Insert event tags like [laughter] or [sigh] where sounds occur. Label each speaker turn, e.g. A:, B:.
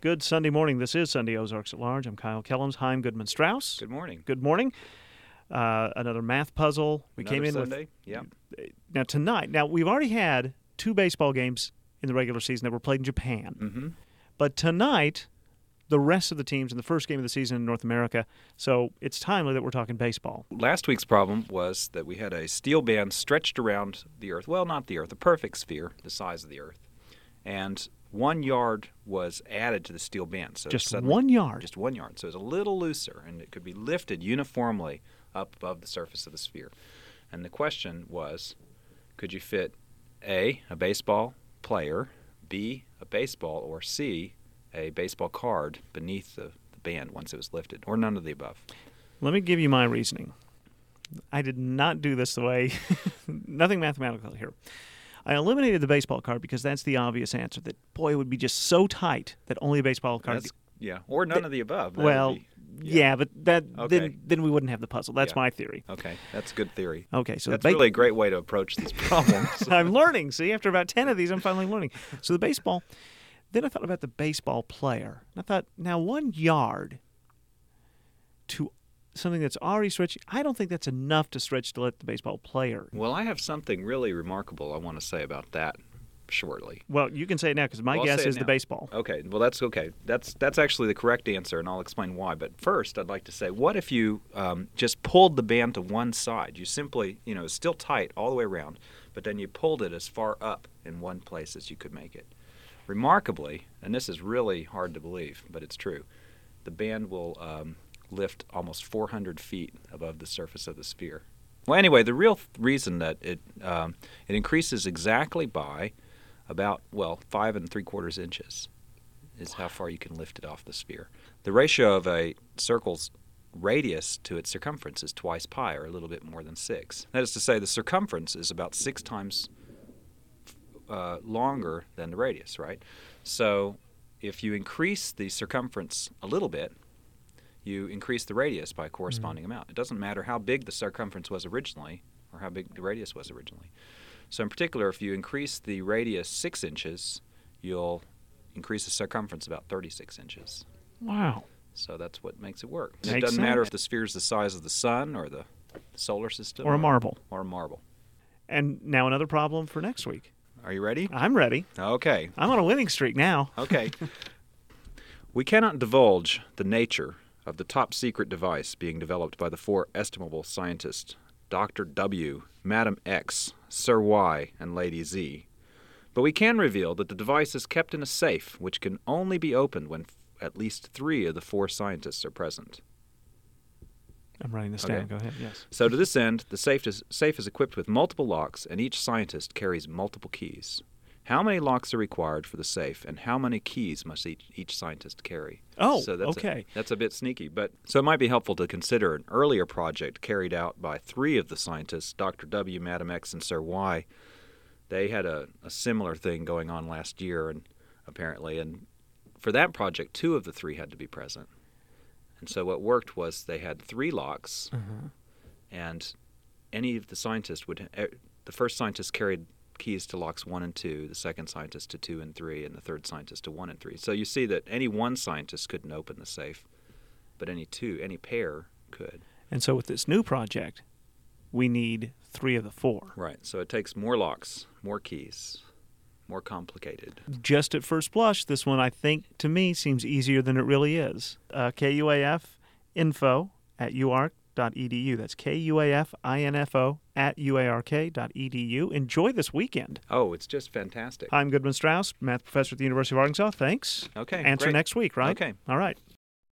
A: Good Sunday morning. This is Sunday Ozarks at Large. I'm Kyle Kellums, Heim Goodman Strauss.
B: Good morning.
A: Good morning. Uh, another math puzzle. We
B: Another
A: came in
B: Sunday.
A: with
B: Yeah.
A: now tonight. Now we've already had two baseball games in the regular season that were played in Japan,
B: Mm-hmm.
A: but tonight the rest of the teams in the first game of the season in North America. So it's timely that we're talking baseball.
B: Last week's problem was that we had a steel band stretched around the Earth. Well, not the Earth, a perfect sphere, the size of the Earth, and one yard was added to the steel band. So
A: Just
B: suddenly-
A: one yard.
B: Just one yard. So it's a little looser, and it could be lifted uniformly up above the surface of the sphere. And the question was, could you fit a a baseball player, b a baseball, or c a baseball card beneath the, the band once it was lifted, or none of the above?
A: Let me give you my reasoning. I did not do this the way, [laughs] nothing mathematical here. I eliminated the baseball card because that's the obvious answer. That boy it would be just so tight that only a baseball card.
B: That's- yeah, or none of the above. That would
A: well,
B: be-
A: yeah. but that
B: Okay.
A: then then we wouldn't have the puzzle. That's
B: Yeah.
A: my theory.
B: okay, that's a good theory.
A: Okay, [laughs] so the
B: that's
A: ba-
B: really a great way to approach
A: [laughs]
B: these problems.
A: I'm learning. See, after about ten of these, I'm finally learning. So the baseball. Then I thought about the baseball player. And I thought, now one yard to something that's already stretched. I don't think that's enough to stretch to let the baseball player.
B: well, I have something really remarkable I want to say about that shortly.
A: Well, you can say it now because my
B: Well, I'll
A: guess
B: say it
A: is the
B: now.
A: baseball.
B: Okay, well that's okay. That's that's actually the correct answer, and I'll explain why. But first, I'd like to say, what if you um, just pulled the band to one side? You simply, you know, it's still tight all the way around, but then you pulled it as far up in one place as you could make it. Remarkably, and this is really hard to believe, but it's true, the band will um, lift almost 400 feet above the surface of the sphere. Well, anyway, the real th- reason that it um, it increases exactly by about well five and three quarters inches is how far you can lift it off the sphere. The ratio of a circle's radius to its circumference is twice pi, or a little bit more than six. That is to say, the circumference is about six times uh, longer than the radius, right? So if you increase the circumference a little bit, you increase the radius by a corresponding amount. It doesn't matter how big the circumference was originally or how big the radius was originally. So, in particular, if you increase the radius six inches, you'll increase the circumference about 36 inches.
A: Wow.
B: So that's what makes it work. it
A: Makes
B: doesn't matter
A: sense.
B: if the sphere is the size of the sun or the solar system
A: Or a marble.
B: Or a marble.
A: And now another problem for next week.
B: Are you ready?
A: I'm ready.
B: Okay.
A: I'm on a winning streak now. [laughs]
B: Okay. we cannot divulge the nature of the top secret device being developed by the four estimable scientists Dr. W, Madam X, Sir Y, and Lady Z. But we can reveal that the device is kept in a safe which can only be opened when f- at least three of the four scientists are present.
A: I'm writing this
B: Okay.
A: down. Go ahead. Yes.
B: So, to this end, the safe is, safe is equipped with multiple locks, and each scientist carries multiple keys. How many locks are required for the safe, and how many keys must each, each scientist carry?
A: Oh,
B: so that's a-
A: okay.
B: that's a bit sneaky, but so it might be helpful to consider an earlier project carried out by three of the scientists, Dr. W, Madam X, and Sir Y. They had a, a similar thing going on last year, and apparently, and for that project, two of the three had to be present. And so what worked was they had three locks, and any of the scientists would. eh, The first scientist carried keys to locks one and two, the second scientist to two and three, and the third scientist to one and three. So you see that any one scientist couldn't open the safe, but any two, any pair could.
A: And so with this new project, we need three of the four.
B: Right. So it takes more locks, more keys, more complicated.
A: Just at first blush, this one I think to me seems easier than it really is. Uh, KUAF info at uark.edu. E That's KUAF info at uark.edu. E Enjoy this weekend.
B: Oh, it's just fantastic.
A: I'm Goodman Strauss, math professor at the University of Arkansas. Thanks.
B: Okay,
A: Answer
B: great.
A: next week, right?
B: Okay.
A: All right.